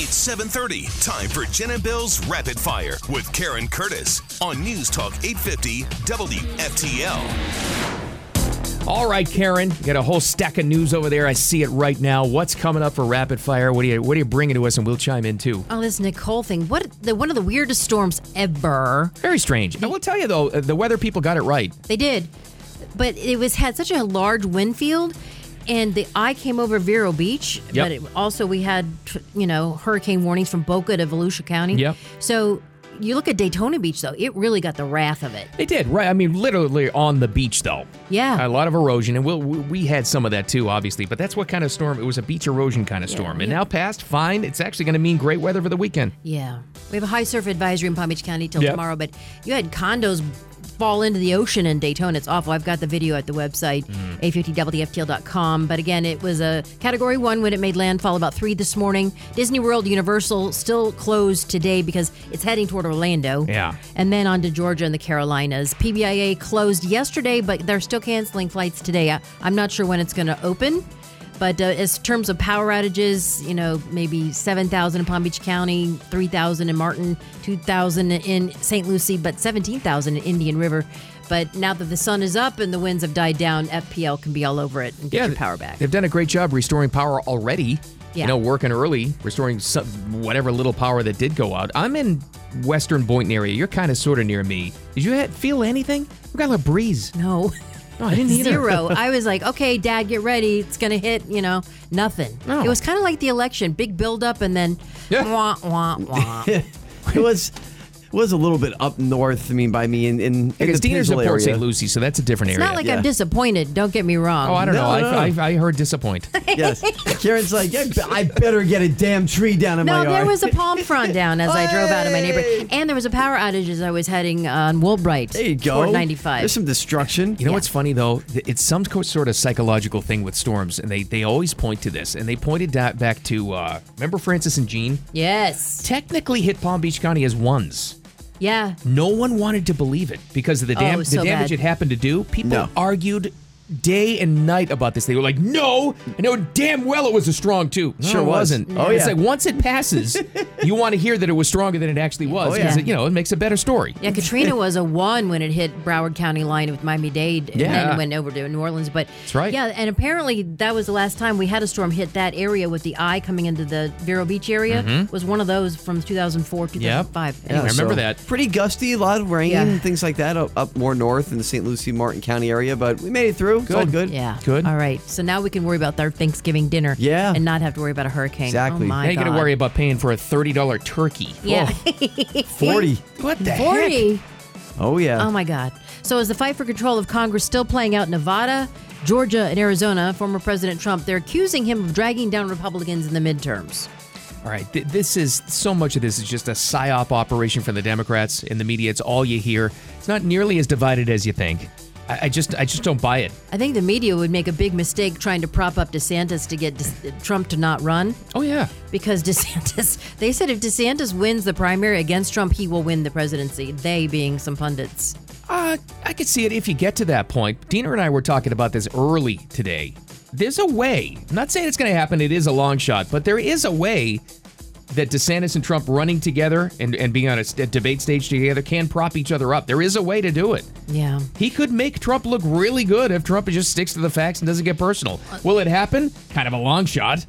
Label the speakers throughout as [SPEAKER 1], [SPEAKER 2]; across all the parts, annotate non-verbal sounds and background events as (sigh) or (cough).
[SPEAKER 1] It's 7:30. Time for Jen and Bill's Rapid Fire with Karen Curtis on News Talk 850 WFTL.
[SPEAKER 2] All right, Karen, you got a whole stack of news over there. I see it right now. What's coming up for rapid fire? What are you What are you bringing to us? And we'll chime in too.
[SPEAKER 3] Oh, this Nicole thing. What the, one of the weirdest storms ever.
[SPEAKER 2] Very strange. I will tell you though, the weather people got it right.
[SPEAKER 3] They did. But it was had such a large wind field and the eye came over Vero Beach,
[SPEAKER 2] Yep.
[SPEAKER 3] but it, also we had tr- you know hurricane warnings from Boca to Volusia County.
[SPEAKER 2] Yep.
[SPEAKER 3] So you look at Daytona Beach though, it really got the wrath of it.
[SPEAKER 2] They did right. I mean, literally on the beach though.
[SPEAKER 3] Yeah.
[SPEAKER 2] a lot of erosion, and we'll, we we had some of that too, obviously. But that's what kind of storm. It was a beach erosion kind of storm, and now past. Fine, it's actually going to mean great weather for the weekend.
[SPEAKER 3] Yeah. We have a high surf advisory in Palm Beach County till
[SPEAKER 2] Yep.
[SPEAKER 3] tomorrow, but you had condos fall into the ocean in Daytona. It's awful. I've got the video at the website,
[SPEAKER 2] Mm.
[SPEAKER 3] a50wftl.com. But again, it was a category one when it made landfall about three this morning. Disney World Universal still closed today because it's heading toward Orlando.
[SPEAKER 2] Yeah.
[SPEAKER 3] And then on to Georgia and the Carolinas. PBIA closed yesterday, but they're still canceling flights today. I, I'm not sure when it's going to open. But uh, as terms of power outages, you know, maybe 7,000 in Palm Beach County, 3,000 in Martin, 2,000 in St. Lucie, but 17,000 in Indian River. But now that the sun is up and the winds have died down, FPL can be all over it and get your
[SPEAKER 2] th-
[SPEAKER 3] power back.
[SPEAKER 2] They've done a great job restoring power already.
[SPEAKER 3] Yeah.
[SPEAKER 2] You know, working early, restoring some, whatever little power that did go out. I'm in Western Boynton area. You're kind of sort of near me. Did you ha- feel anything? We got a little breeze.
[SPEAKER 3] (laughs) No.
[SPEAKER 2] No, I didn't either.
[SPEAKER 3] Zero. I was like, okay, Dad, get ready. It's gonna hit. You know, nothing.
[SPEAKER 2] No.
[SPEAKER 3] It was kind of like the election, big buildup, and then
[SPEAKER 2] Yeah.
[SPEAKER 3] wah wah
[SPEAKER 2] (laughs)
[SPEAKER 3] wah.
[SPEAKER 4] it was it was a little bit up north. I mean, by me in in, in
[SPEAKER 2] Because
[SPEAKER 4] the
[SPEAKER 2] Diener's in
[SPEAKER 4] Peninsula
[SPEAKER 2] Port
[SPEAKER 4] area.
[SPEAKER 2] St. Lucie, so that's a different
[SPEAKER 3] it's
[SPEAKER 2] area.
[SPEAKER 3] not like
[SPEAKER 4] Yeah.
[SPEAKER 3] I'm disappointed. Don't get me wrong.
[SPEAKER 2] oh, I don't
[SPEAKER 4] No,
[SPEAKER 2] know.
[SPEAKER 4] no,
[SPEAKER 2] I,
[SPEAKER 4] no.
[SPEAKER 2] I, I heard
[SPEAKER 3] (laughs)
[SPEAKER 2] disappoint.
[SPEAKER 4] Yes,
[SPEAKER 2] (laughs)
[SPEAKER 4] Karen's like, yeah, I better get a damn tree down in
[SPEAKER 3] No,
[SPEAKER 4] my
[SPEAKER 3] there
[SPEAKER 4] yard.
[SPEAKER 3] was
[SPEAKER 4] (laughs)
[SPEAKER 3] a palm front down as I drove out of my neighborhood, and there was a power outage as I was heading on Woolbright.
[SPEAKER 4] there you go.
[SPEAKER 3] Fort 95.
[SPEAKER 4] There's some destruction.
[SPEAKER 2] You know
[SPEAKER 3] Yeah.
[SPEAKER 2] what's funny though? Th- It's some co- sort of psychological thing with storms, and they, they always point to this. And they pointed that back to uh, remember Francis and Jean
[SPEAKER 3] yes.
[SPEAKER 2] technically hit Palm Beach County as ones.
[SPEAKER 3] Yeah.
[SPEAKER 2] No one wanted to believe it because of the, dam-
[SPEAKER 3] Oh, so
[SPEAKER 2] the damage
[SPEAKER 3] bad.
[SPEAKER 2] it happened to do. People
[SPEAKER 4] No.
[SPEAKER 2] argued day and night about this. They were like, "No, I know damn well it was a strong two. No,
[SPEAKER 4] Sure
[SPEAKER 2] it
[SPEAKER 4] was.
[SPEAKER 2] wasn't.
[SPEAKER 4] Oh,
[SPEAKER 2] it's
[SPEAKER 4] yeah.
[SPEAKER 2] like once it
[SPEAKER 3] (laughs)
[SPEAKER 2] passes, you want to hear that it was stronger than it actually was
[SPEAKER 4] Oh, yeah.
[SPEAKER 2] 'cause it, you know it makes a better story.
[SPEAKER 3] Yeah, Katrina was a one when it hit Broward County line with Miami Dade and
[SPEAKER 2] Yeah.
[SPEAKER 3] then went over to New Orleans. But that's
[SPEAKER 2] right.
[SPEAKER 3] Yeah, and apparently that was the last time we had a storm hit that area with the eye coming into the Vero Beach area.
[SPEAKER 4] Mm-hmm.
[SPEAKER 3] Was one of those from 2004, 2005.
[SPEAKER 2] I
[SPEAKER 3] Anyway,
[SPEAKER 2] remember that.
[SPEAKER 4] Pretty gusty, a lot of rain,
[SPEAKER 3] Yeah.
[SPEAKER 4] and things like that up, up more north in the St. Lucie, Martin County area, but we made it through. It's all
[SPEAKER 2] Good.
[SPEAKER 4] good.
[SPEAKER 3] Yeah.
[SPEAKER 2] Good.
[SPEAKER 3] All right. So now we can worry about our Thanksgiving dinner.
[SPEAKER 4] Yeah.
[SPEAKER 3] And not have to worry about a hurricane.
[SPEAKER 4] Exactly.
[SPEAKER 3] Oh my
[SPEAKER 2] now you got to
[SPEAKER 3] God.
[SPEAKER 2] worry about paying for a thirty dollar turkey.
[SPEAKER 3] (laughs)
[SPEAKER 2] Oh,
[SPEAKER 3] Yeah.
[SPEAKER 4] 40.
[SPEAKER 2] What the heck?
[SPEAKER 3] 40.
[SPEAKER 4] Oh, yeah.
[SPEAKER 3] Oh my God. So is the fight for control of Congress still playing out in Nevada, Georgia, and Arizona? Former President Trump, they're accusing him of dragging down Republicans in the midterms.
[SPEAKER 2] All right, th- this is so much of this is just a psyop operation for the Democrats in the media. It's all you hear. It's not nearly as divided as you think. I, I just, I just don't buy it.
[SPEAKER 3] I think the media would make a big mistake trying to prop up DeSantis to get De- Trump to not run
[SPEAKER 2] Oh yeah,
[SPEAKER 3] because (laughs) DeSantis, they said if DeSantis wins the primary against Trump, he will win the presidency. They being some pundits.
[SPEAKER 2] uh, I could see it if you get to that point. Dina and I were talking about this early today. There's a way. I'm not saying it's going to happen. It is a long shot, but there is a way that DeSantis and Trump running together and, and being on a st- debate stage together can prop each other up. There is a way to do it.
[SPEAKER 3] Yeah.
[SPEAKER 2] He could make Trump look really good if Trump just sticks to the facts and doesn't get personal.
[SPEAKER 3] Uh,
[SPEAKER 2] Will it happen? Kind of a long shot,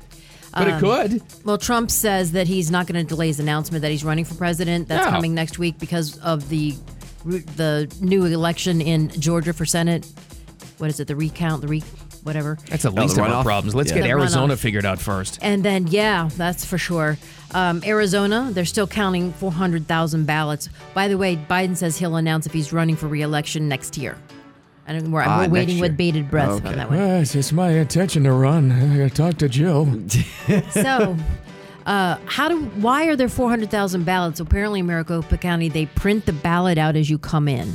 [SPEAKER 2] but
[SPEAKER 3] Um,
[SPEAKER 2] it could.
[SPEAKER 3] Well, Trump says that he's not going to delay his announcement that he's running for president. That's
[SPEAKER 2] No.
[SPEAKER 3] coming next week because of the the new election in Georgia for Senate. What is it? The recount, the re whatever.
[SPEAKER 2] That's the least
[SPEAKER 4] the
[SPEAKER 2] of our
[SPEAKER 4] runoff?
[SPEAKER 2] problems. Let's
[SPEAKER 4] Yeah.
[SPEAKER 2] get
[SPEAKER 3] The
[SPEAKER 2] Arizona
[SPEAKER 3] runoff.
[SPEAKER 2] figured out first.
[SPEAKER 3] And then, yeah, that's for sure. Um, Arizona, they're still counting 400,000 ballots. By the way, Biden says he'll announce if he's running for reelection next year. I don't, we're,
[SPEAKER 4] Ah,
[SPEAKER 3] we're
[SPEAKER 4] next
[SPEAKER 3] waiting
[SPEAKER 4] year.
[SPEAKER 3] with bated breath
[SPEAKER 4] Okay.
[SPEAKER 3] on that one.
[SPEAKER 2] Yes, it's my intention to run. I gotta talk to Jill.
[SPEAKER 4] (laughs)
[SPEAKER 3] So, uh, how do why are there 400,000 ballots? Apparently, in Maricopa County, they print the ballot out as you come in,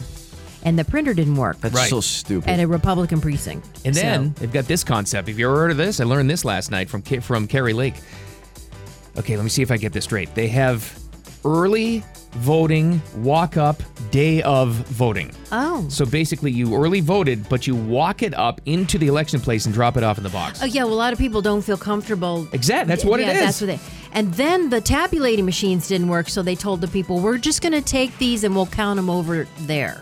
[SPEAKER 3] and the printer didn't work
[SPEAKER 4] That's
[SPEAKER 2] Right.
[SPEAKER 4] so stupid.
[SPEAKER 3] at a Republican precinct.
[SPEAKER 2] And then
[SPEAKER 3] So,
[SPEAKER 2] they've got this concept. Have you ever heard of this? I learned this last night from Ca- from Carrie Lake. Okay, let me see if I get this straight. They have early voting walk up day of voting.
[SPEAKER 3] Oh.
[SPEAKER 2] So basically, you early voted, but you walk it up into the election place and drop it off in the box.
[SPEAKER 3] Oh, yeah. Well, a lot of people don't feel comfortable.
[SPEAKER 2] Exact- that's what it
[SPEAKER 3] yeah,
[SPEAKER 2] is.
[SPEAKER 3] That's what they. And then the tabulating machines didn't work, so they told the people, "We're just going to take these and we'll count them over there."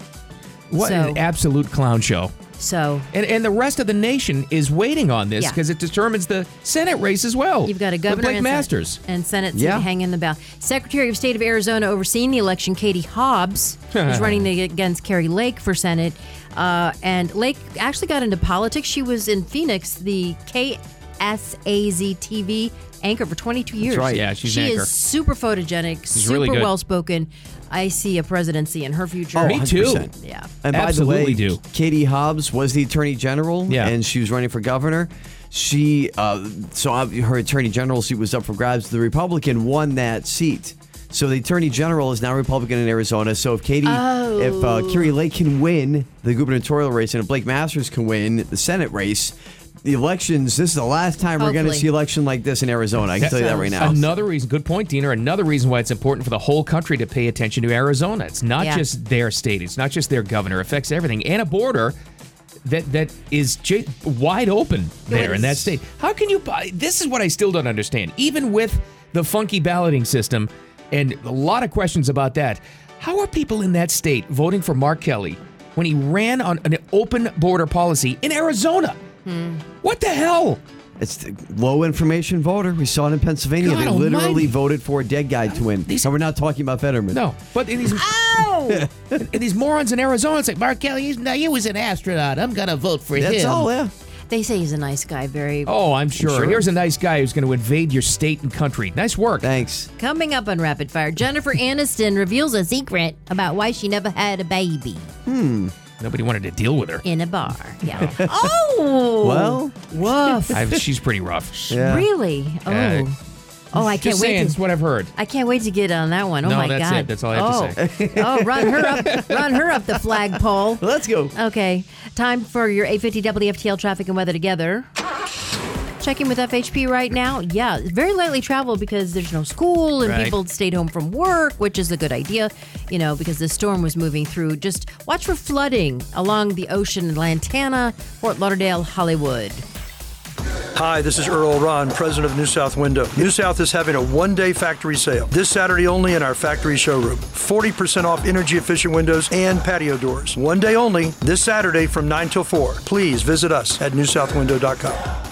[SPEAKER 2] what
[SPEAKER 3] so-
[SPEAKER 2] an absolute clown show.
[SPEAKER 3] So
[SPEAKER 2] And, and the rest of the nation is waiting on this
[SPEAKER 3] Yeah.
[SPEAKER 2] because it determines the Senate race as well.
[SPEAKER 3] You've got a
[SPEAKER 2] With
[SPEAKER 3] governor
[SPEAKER 2] Blake
[SPEAKER 3] and sen-
[SPEAKER 2] Masters.
[SPEAKER 3] and Senate
[SPEAKER 4] Yeah.
[SPEAKER 3] hanging in the ballot. Secretary of State of Arizona overseeing the election, Katie Hobbs, is
[SPEAKER 2] (laughs)
[SPEAKER 3] running the- against Carrie Lake for Senate. Uh, and Lake actually got into politics. She was in Phoenix, the KSAZ TV anchor for 22 years.
[SPEAKER 4] right.
[SPEAKER 2] Yeah, she's
[SPEAKER 3] she
[SPEAKER 2] an anchor.
[SPEAKER 3] is super photogenic, super
[SPEAKER 2] really good.
[SPEAKER 3] well spoken. I see a presidency in her future.
[SPEAKER 4] Oh,
[SPEAKER 2] Me too.
[SPEAKER 4] 100%.
[SPEAKER 3] Yeah.
[SPEAKER 4] And by the
[SPEAKER 2] Absolutely do.
[SPEAKER 4] way, Katie Hobbs was the attorney general,
[SPEAKER 2] Yeah.
[SPEAKER 4] and she was running for governor. She, uh, so uh, her attorney general seat was up for grabs. The Republican won that seat. So the attorney general is now Republican in Arizona. So if Katie,
[SPEAKER 2] Oh.
[SPEAKER 4] if uh, Carrie Lake can win the gubernatorial race, and if Blake Masters can win the Senate race, the elections. This is the last time we're going to
[SPEAKER 3] Hopefully.
[SPEAKER 4] see election like this in Arizona. I can tell you that right now.
[SPEAKER 2] Another reason, good point, Diener. Another reason why it's important for the whole country to pay attention to Arizona. It's not
[SPEAKER 3] Yeah.
[SPEAKER 2] just their state. It's not just their governor. It affects everything and a border that that is j- wide open there in that
[SPEAKER 3] is.
[SPEAKER 2] state. How can you? buy- This is what I still don't understand. Even with the funky balloting system and a lot of questions about that, how are people in that state voting for Mark Kelly when he ran on an open border policy in Arizona?
[SPEAKER 4] Hmm.
[SPEAKER 2] What the hell?
[SPEAKER 4] It's the low information voter. We saw it in Pennsylvania.
[SPEAKER 2] God
[SPEAKER 4] they literally
[SPEAKER 2] almighty.
[SPEAKER 4] voted for a dead guy to win.
[SPEAKER 2] These-
[SPEAKER 4] and we're not talking about Fetterman.
[SPEAKER 2] No, but in these (laughs)
[SPEAKER 3] Oh!
[SPEAKER 2] and these morons in Arizona, it's like Mark Kelly. He's, now he was an astronaut. I'm gonna vote for
[SPEAKER 4] That's
[SPEAKER 2] him.
[SPEAKER 4] all, yeah.
[SPEAKER 3] they say he's a nice guy. Very.
[SPEAKER 2] Oh, I'm sure.
[SPEAKER 4] sure.
[SPEAKER 2] Here's a nice guy who's going to invade your state and country. Nice work.
[SPEAKER 4] Thanks.
[SPEAKER 3] Coming up on Rapid Fire, Jennifer Aniston reveals a secret about why she never had a baby
[SPEAKER 2] Nobody wanted to deal with her.
[SPEAKER 3] in a bar.
[SPEAKER 2] (laughs)
[SPEAKER 3] Yeah. oh.
[SPEAKER 4] Well,
[SPEAKER 3] Woof.
[SPEAKER 4] (laughs)
[SPEAKER 2] I, she's pretty rough.
[SPEAKER 4] yeah.
[SPEAKER 3] Really? Oh.
[SPEAKER 2] Yeah.
[SPEAKER 3] oh, I can't
[SPEAKER 2] Just saying,
[SPEAKER 3] wait.
[SPEAKER 2] it's
[SPEAKER 3] To,
[SPEAKER 2] what I've heard.
[SPEAKER 3] I can't wait to get on that one. Oh
[SPEAKER 2] No,
[SPEAKER 3] my
[SPEAKER 2] that's
[SPEAKER 3] God.
[SPEAKER 2] it. That's all I have to
[SPEAKER 3] oh. oh, run her up, run her up the
[SPEAKER 4] (laughs)
[SPEAKER 3] flagpole.
[SPEAKER 4] Let's go.
[SPEAKER 3] Okay, time for your 850 WFTL traffic and weather together. Checking with FHP right now. Yeah, very lightly traveled because there's no school and
[SPEAKER 2] Right.
[SPEAKER 3] people stayed home from work, which is a good idea, you know, because the storm was moving through. Just watch for flooding along the ocean in Lantana, Fort Lauderdale, Hollywood.
[SPEAKER 5] Hi, this is Earl Ron, president of New South Window. New South is having a one day factory sale this Saturday only in our factory showroom. 40% off energy efficient windows and patio doors. One day only this Saturday from 9 till 4. Please visit us at newsouthwindow.com.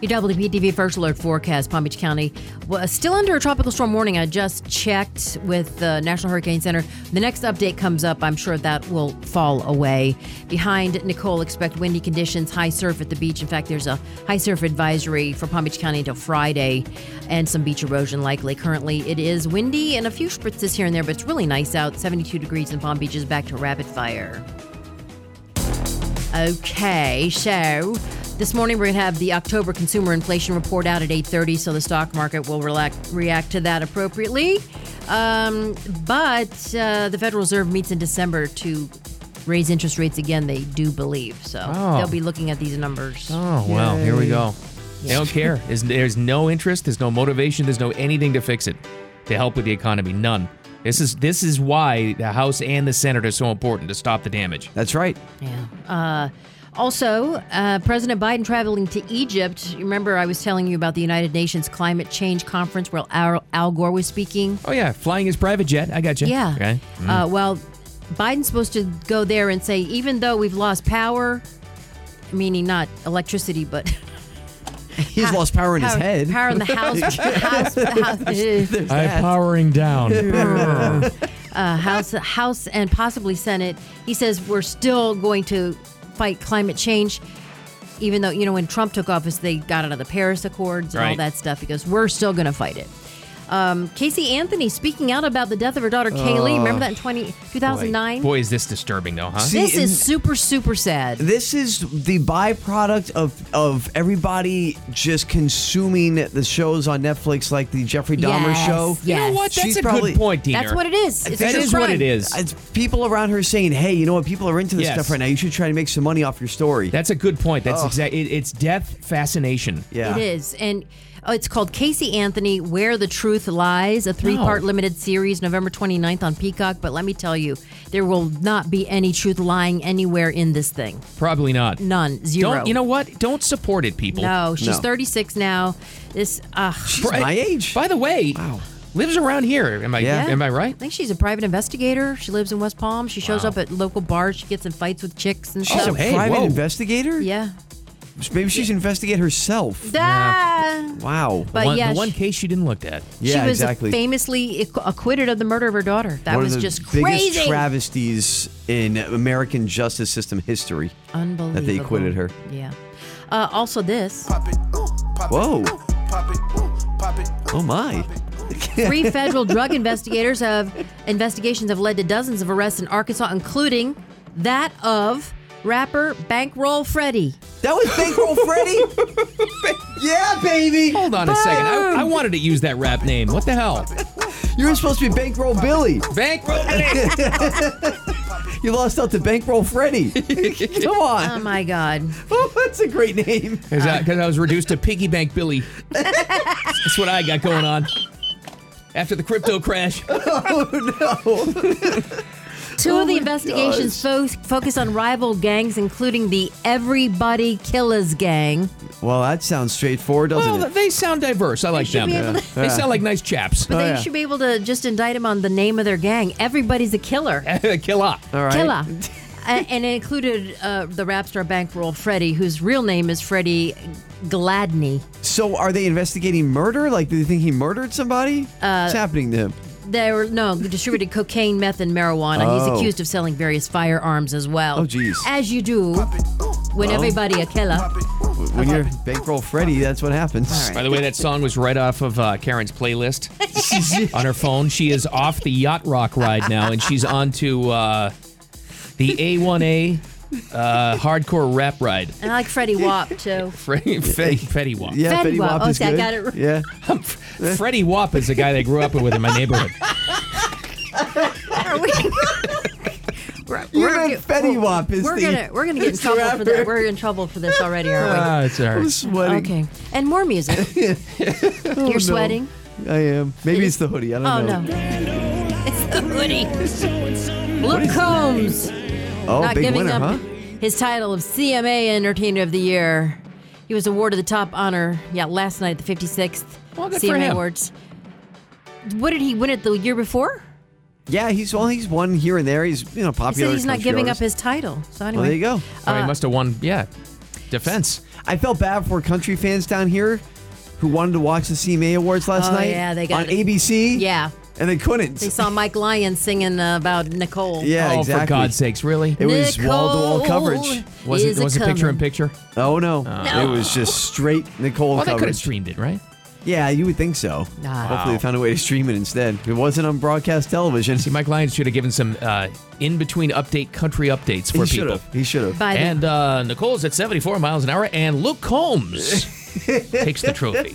[SPEAKER 3] Your WPTV First Alert forecast, Palm Beach County, was still under a tropical storm warning. I just checked with the National Hurricane Center. The next update comes up. I'm sure that will fall away. Behind Nicole, expect windy conditions, high surf at the beach. In fact, there's a high surf advisory for Palm Beach County until Friday, and some beach erosion likely. Currently, it is windy and a few spritzes here and there, but it's really nice out. 72 degrees in Palm Beach is back to rapid fire. Okay, so this morning we're going to have the October consumer inflation report out at 8:30, so the stock market will relax, react to that appropriately. Um, but uh, the Federal Reserve meets in December to raise interest rates again. They do believe so.
[SPEAKER 2] Oh.
[SPEAKER 3] They'll be looking at these numbers.
[SPEAKER 2] Oh well, here we go. They
[SPEAKER 4] (laughs)
[SPEAKER 2] don't care. There's, there's no interest. There's no motivation. There's no anything to fix it, to help with the economy. None. This is this is why the House and the Senate are so important to stop the damage.
[SPEAKER 4] That's right.
[SPEAKER 3] Yeah. Uh, also, uh, President Biden traveling to Egypt. You Remember, I was telling you about the United Nations Climate Change Conference where Al, Al Gore was speaking.
[SPEAKER 2] Oh yeah, flying his private jet. I got you.
[SPEAKER 3] (laughs) Yeah.
[SPEAKER 2] Okay.
[SPEAKER 3] Uh,
[SPEAKER 4] Mm.
[SPEAKER 3] well, Biden's supposed to go there and say, even though we've lost power, meaning not electricity,
[SPEAKER 4] (laughs)
[SPEAKER 3] but
[SPEAKER 4] He's lost power in
[SPEAKER 3] power,
[SPEAKER 4] his head.
[SPEAKER 3] power in the
[SPEAKER 4] (laughs)
[SPEAKER 3] house, house, house,
[SPEAKER 2] I'm powering down.
[SPEAKER 3] uh, house, house, and possibly Senate. He says we're still going to fight climate change. Even though, you know, when Trump took office, they got out of the Paris Accords and all
[SPEAKER 2] Right.
[SPEAKER 3] that stuff because we're still going to fight it. Um, Casey Anthony speaking out about the death of her daughter, Kaylee. Remember that in
[SPEAKER 4] Oh,
[SPEAKER 3] 20, 2009?
[SPEAKER 2] Boy, is this disturbing though, huh?
[SPEAKER 4] See,
[SPEAKER 3] This
[SPEAKER 4] and-
[SPEAKER 3] is super, super sad.
[SPEAKER 4] This is the byproduct of of everybody just consuming the shows on Netflix, like the Jeffrey Dahmer
[SPEAKER 3] Yes,
[SPEAKER 4] show.
[SPEAKER 3] yes.
[SPEAKER 2] You know what? That's
[SPEAKER 4] She's
[SPEAKER 2] a
[SPEAKER 4] probably-
[SPEAKER 2] good point, Diener.
[SPEAKER 3] That's what it is. It's
[SPEAKER 2] That
[SPEAKER 3] true
[SPEAKER 2] is what
[SPEAKER 3] crime.
[SPEAKER 2] it is.
[SPEAKER 4] It's people around her saying, "Hey, you know what? People are into this
[SPEAKER 2] Yes.
[SPEAKER 4] stuff right now. You should try to make some money off your story."
[SPEAKER 2] That's a good point. That's exact. It, it's death fascination.
[SPEAKER 4] Oh. yeah.
[SPEAKER 3] It is. And Oh, it's called Casey Anthony, Where the Truth Lies, a three part
[SPEAKER 2] No.
[SPEAKER 3] limited series, November 29th on Peacock. But let me tell you, there will not be any truth lying anywhere in this thing.
[SPEAKER 2] Probably not.
[SPEAKER 3] None. 0
[SPEAKER 2] Don't you know what? Don't support it, people.
[SPEAKER 3] No, she's
[SPEAKER 4] No.
[SPEAKER 3] 36 now. This, uh,
[SPEAKER 4] She's my age.
[SPEAKER 2] By the way, lives around here. Am I? Am I right?
[SPEAKER 3] I think she's a private investigator. She lives in West Palm. She shows up at local bars. She gets in fights with chicks and
[SPEAKER 4] She's
[SPEAKER 3] stuff.
[SPEAKER 4] a
[SPEAKER 2] hey,
[SPEAKER 4] private
[SPEAKER 2] whoa.
[SPEAKER 4] investigator?
[SPEAKER 3] Oh, yeah.
[SPEAKER 4] Maybe she's investigating herself.
[SPEAKER 3] Ah!
[SPEAKER 4] Wow.
[SPEAKER 3] But
[SPEAKER 2] one,
[SPEAKER 3] yeah,
[SPEAKER 2] the one
[SPEAKER 3] she-
[SPEAKER 2] case you didn't look at.
[SPEAKER 4] yeah,
[SPEAKER 3] she was
[SPEAKER 4] exactly.
[SPEAKER 3] famously ac- acquitted of the murder of her daughter. That
[SPEAKER 4] One
[SPEAKER 3] was
[SPEAKER 4] of the
[SPEAKER 3] just
[SPEAKER 4] biggest
[SPEAKER 3] crazy.
[SPEAKER 4] travesties in American justice system history.
[SPEAKER 3] Unbelievable.
[SPEAKER 4] That they acquitted her.
[SPEAKER 3] Yeah. Uh, also,
[SPEAKER 4] (laughs)
[SPEAKER 3] this
[SPEAKER 4] Whoa. Oh my.
[SPEAKER 3] three federal drug investigators have investigations have led to dozens of arrests in Arkansas, including that of rapper Bankroll Freddy.
[SPEAKER 4] That was Bankroll Freddy? (laughs) yeah, baby.
[SPEAKER 2] Hold on a second. I, I wanted to use that rap name. What the hell?
[SPEAKER 3] (laughs)
[SPEAKER 4] You were supposed to be Bankroll Billy.
[SPEAKER 2] Bankroll.
[SPEAKER 4] You lost out to Bankroll
[SPEAKER 3] (laughs)
[SPEAKER 4] Freddy. Come on.
[SPEAKER 3] Oh my God!
[SPEAKER 4] oh, (laughs) that's a great name.
[SPEAKER 2] Because I, was reduced to piggy bank
[SPEAKER 3] (laughs)
[SPEAKER 2] Billy. That's what I got going on. After the crypto crash,
[SPEAKER 3] Two
[SPEAKER 4] Oh
[SPEAKER 3] of the investigations fo- focus on rival gangs, including the Everybody Killers gang.
[SPEAKER 4] Well, that sounds straightforward, doesn't
[SPEAKER 2] well,
[SPEAKER 4] it?
[SPEAKER 2] they sound diverse. I like
[SPEAKER 3] should
[SPEAKER 2] them.
[SPEAKER 3] be able
[SPEAKER 2] They sound like nice chaps. (laughs)
[SPEAKER 3] But they
[SPEAKER 4] Oh, yeah.
[SPEAKER 3] should be able to just indict him on the name of their gang. Everybody's a killer.
[SPEAKER 2] Kill off.
[SPEAKER 4] All right. (laughs)
[SPEAKER 3] Killer. A- and it included uh, the rap star Bankroll Freddy, whose real name is Freddie Gladney.
[SPEAKER 4] So, are they investigating murder? Like, do they think he murdered somebody?
[SPEAKER 3] Uh,
[SPEAKER 4] What's happening to him?
[SPEAKER 3] There were no distributed cocaine, meth, and marijuana.
[SPEAKER 4] Oh.
[SPEAKER 3] He's accused of selling various firearms as well.
[SPEAKER 4] Oh, jeez.
[SPEAKER 3] As you do when everybody a killer.
[SPEAKER 4] When you're Bankroll Freddy, that's what happens.
[SPEAKER 2] By the way, that song was right off of uh, Karen's playlist on her phone. She is off the yacht rock ride now, and she's on to uh, the A1A uh, hardcore rap ride.
[SPEAKER 3] And I like Freddie
[SPEAKER 4] (laughs)
[SPEAKER 3] Wap too.
[SPEAKER 2] Freddie, Freddie, Freddie Wap.
[SPEAKER 4] (laughs) Yeah,
[SPEAKER 3] Fetty
[SPEAKER 4] Fetty
[SPEAKER 3] Wap.
[SPEAKER 4] Wap
[SPEAKER 3] Oh,
[SPEAKER 4] is
[SPEAKER 3] see, I
[SPEAKER 4] good.
[SPEAKER 3] got it right. (laughs)
[SPEAKER 4] Yeah.
[SPEAKER 2] Freddie Wap is the guy that grew up with in my neighborhood.
[SPEAKER 3] Are we- We're-
[SPEAKER 4] You
[SPEAKER 3] we're
[SPEAKER 4] meant
[SPEAKER 3] get-
[SPEAKER 4] Fetty
[SPEAKER 3] we're-
[SPEAKER 4] Wap is
[SPEAKER 3] we're
[SPEAKER 4] the-
[SPEAKER 3] gonna we're gonna get in
[SPEAKER 4] is the
[SPEAKER 3] trouble for
[SPEAKER 4] rapper.
[SPEAKER 3] that. We're in trouble for this already, aren't we?
[SPEAKER 2] Ah, it's all right.
[SPEAKER 4] (laughs) I'm (laughs) sweating.
[SPEAKER 3] Okay. And more
[SPEAKER 4] (laughs)
[SPEAKER 3] music. You're
[SPEAKER 4] Oh,
[SPEAKER 3] sweating?
[SPEAKER 4] I am. Maybe it's the hoodie. I don't
[SPEAKER 3] Oh,
[SPEAKER 4] know.
[SPEAKER 3] no. (laughs) It's the hoodie. Luke Combs
[SPEAKER 4] Oh,
[SPEAKER 3] not
[SPEAKER 4] big
[SPEAKER 3] giving
[SPEAKER 4] winner,
[SPEAKER 3] up
[SPEAKER 4] huh?
[SPEAKER 3] his title of CMA Entertainer of the Year. He was awarded the top honor, yeah, last night at the 56th
[SPEAKER 2] Well, good for
[SPEAKER 3] CMA
[SPEAKER 2] him.
[SPEAKER 3] Awards. What did he win it the year before?
[SPEAKER 4] Yeah, he's well, he's won here and there. He's you know
[SPEAKER 3] He
[SPEAKER 4] popular.
[SPEAKER 3] said he's not
[SPEAKER 4] country
[SPEAKER 3] giving up
[SPEAKER 4] artist.
[SPEAKER 3] his title. So anyway,
[SPEAKER 4] Well, there you go.
[SPEAKER 2] So he must have won, yeah. Defense.
[SPEAKER 4] I felt bad for country fans down here who wanted to watch the CMA Awards last
[SPEAKER 3] Oh,
[SPEAKER 4] night.
[SPEAKER 3] yeah, they got
[SPEAKER 4] on
[SPEAKER 3] it.
[SPEAKER 4] ABC.
[SPEAKER 3] Yeah.
[SPEAKER 4] and they couldn't.
[SPEAKER 3] They saw Mike Lyon singing about Nicole.
[SPEAKER 4] yeah,
[SPEAKER 2] oh,
[SPEAKER 4] exactly.
[SPEAKER 2] for God's sakes, really?
[SPEAKER 4] It was wall-to-wall
[SPEAKER 3] Nicole
[SPEAKER 4] coverage.
[SPEAKER 2] was
[SPEAKER 3] is
[SPEAKER 2] it was it
[SPEAKER 3] coming.
[SPEAKER 2] picture in picture?
[SPEAKER 4] Oh no.
[SPEAKER 3] No.
[SPEAKER 4] it was just straight Nicole
[SPEAKER 2] Well, they could have
[SPEAKER 4] coverage.
[SPEAKER 2] streamed it, right?
[SPEAKER 4] yeah, you would think so.
[SPEAKER 3] Nah.
[SPEAKER 4] Hopefully, they found a way to stream it instead. It wasn't on broadcast television.
[SPEAKER 2] See, Mike Lyons should have given some uh, in between update country updates for
[SPEAKER 4] he should
[SPEAKER 2] people.
[SPEAKER 4] have. He should have.
[SPEAKER 3] By the
[SPEAKER 2] And uh, Nicole's at 74 miles an hour, and Luke
[SPEAKER 4] (laughs)
[SPEAKER 2] Combs takes the trophy.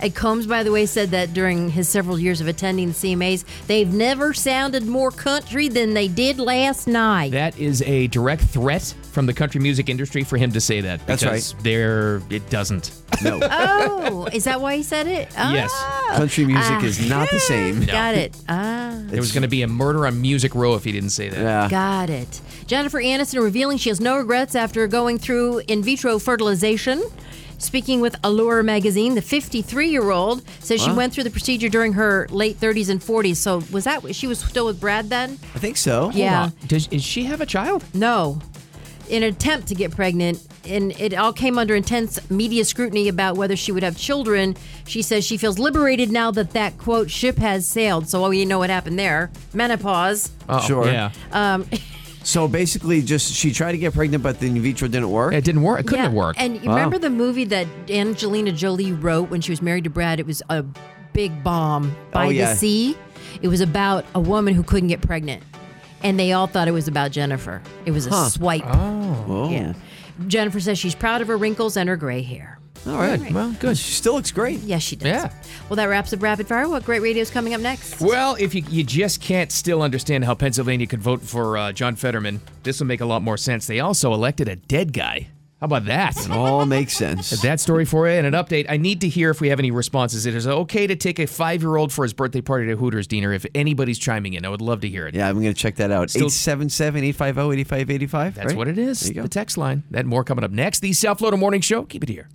[SPEAKER 3] Ed Combs, by the way, said that during his several years of attending the CMAs, they've never sounded more country than they did last night.
[SPEAKER 2] That is a direct threat from the country music industry for him to say that.
[SPEAKER 4] That's
[SPEAKER 2] because There, it doesn't.
[SPEAKER 4] No,
[SPEAKER 3] (laughs) oh, is that why he said it? Oh. Ah.
[SPEAKER 2] Yes.
[SPEAKER 4] country music is not the same.
[SPEAKER 3] (laughs) Got
[SPEAKER 4] (laughs)
[SPEAKER 3] it. Ah,
[SPEAKER 2] There was going to be a murder on Music Row if he didn't say that.
[SPEAKER 4] Yeah.
[SPEAKER 3] got it. Jennifer Aniston revealing she has no regrets after going through in vitro fertilization. Speaking with Allure magazine, the 53 year old says she went through the procedure during her late 30s and 40s. So, was that she was still with Brad then?
[SPEAKER 4] I think so.
[SPEAKER 3] Yeah.
[SPEAKER 2] Hold on. Does, does she have a child?
[SPEAKER 3] No. In an attempt to get pregnant, and it all came under intense media scrutiny about whether she would have children. She says she feels liberated now that that quote ship has sailed. So, oh, you know what happened there? Menopause.
[SPEAKER 2] Oh,
[SPEAKER 4] Sure.
[SPEAKER 2] Yeah.
[SPEAKER 3] Uh,
[SPEAKER 4] So basically, just she tried to get pregnant, but the in vitro didn't work.
[SPEAKER 2] it didn't work. It couldn't
[SPEAKER 3] yeah.
[SPEAKER 2] have worked.
[SPEAKER 3] And you remember the movie that Angelina Jolie wrote when she was married to Brad? It was a big bomb by
[SPEAKER 4] Oh, yeah.
[SPEAKER 3] the sea. It was about a woman who couldn't get pregnant, and they all thought it was about Jennifer. It was a swipe.
[SPEAKER 4] oh.
[SPEAKER 3] Yeah. Jennifer says she's proud of her wrinkles and her gray hair.
[SPEAKER 4] All right.
[SPEAKER 2] Good. Well, good.
[SPEAKER 4] She still looks great.
[SPEAKER 3] Yes, she does.
[SPEAKER 2] Yeah.
[SPEAKER 3] Well, that wraps up Rapid Fire. What great radio is coming up next?
[SPEAKER 2] Well, if you, you just can't still understand how Pennsylvania could vote for uh, John Fetterman, this will make a lot more sense. They also elected a dead guy. How about that?
[SPEAKER 4] All makes sense.
[SPEAKER 2] (laughs) That story for you and an update. I need to hear if we have any responses. It is okay to take a five year old for his birthday party to Hooters, Diener, if anybody's chiming in. I would love to hear it.
[SPEAKER 4] yeah, I'm going to check that out.
[SPEAKER 2] Still-
[SPEAKER 4] 877 850 8585.
[SPEAKER 2] That's what it is. The text line. That and more coming up next. The South Florida Morning Show. Keep it here.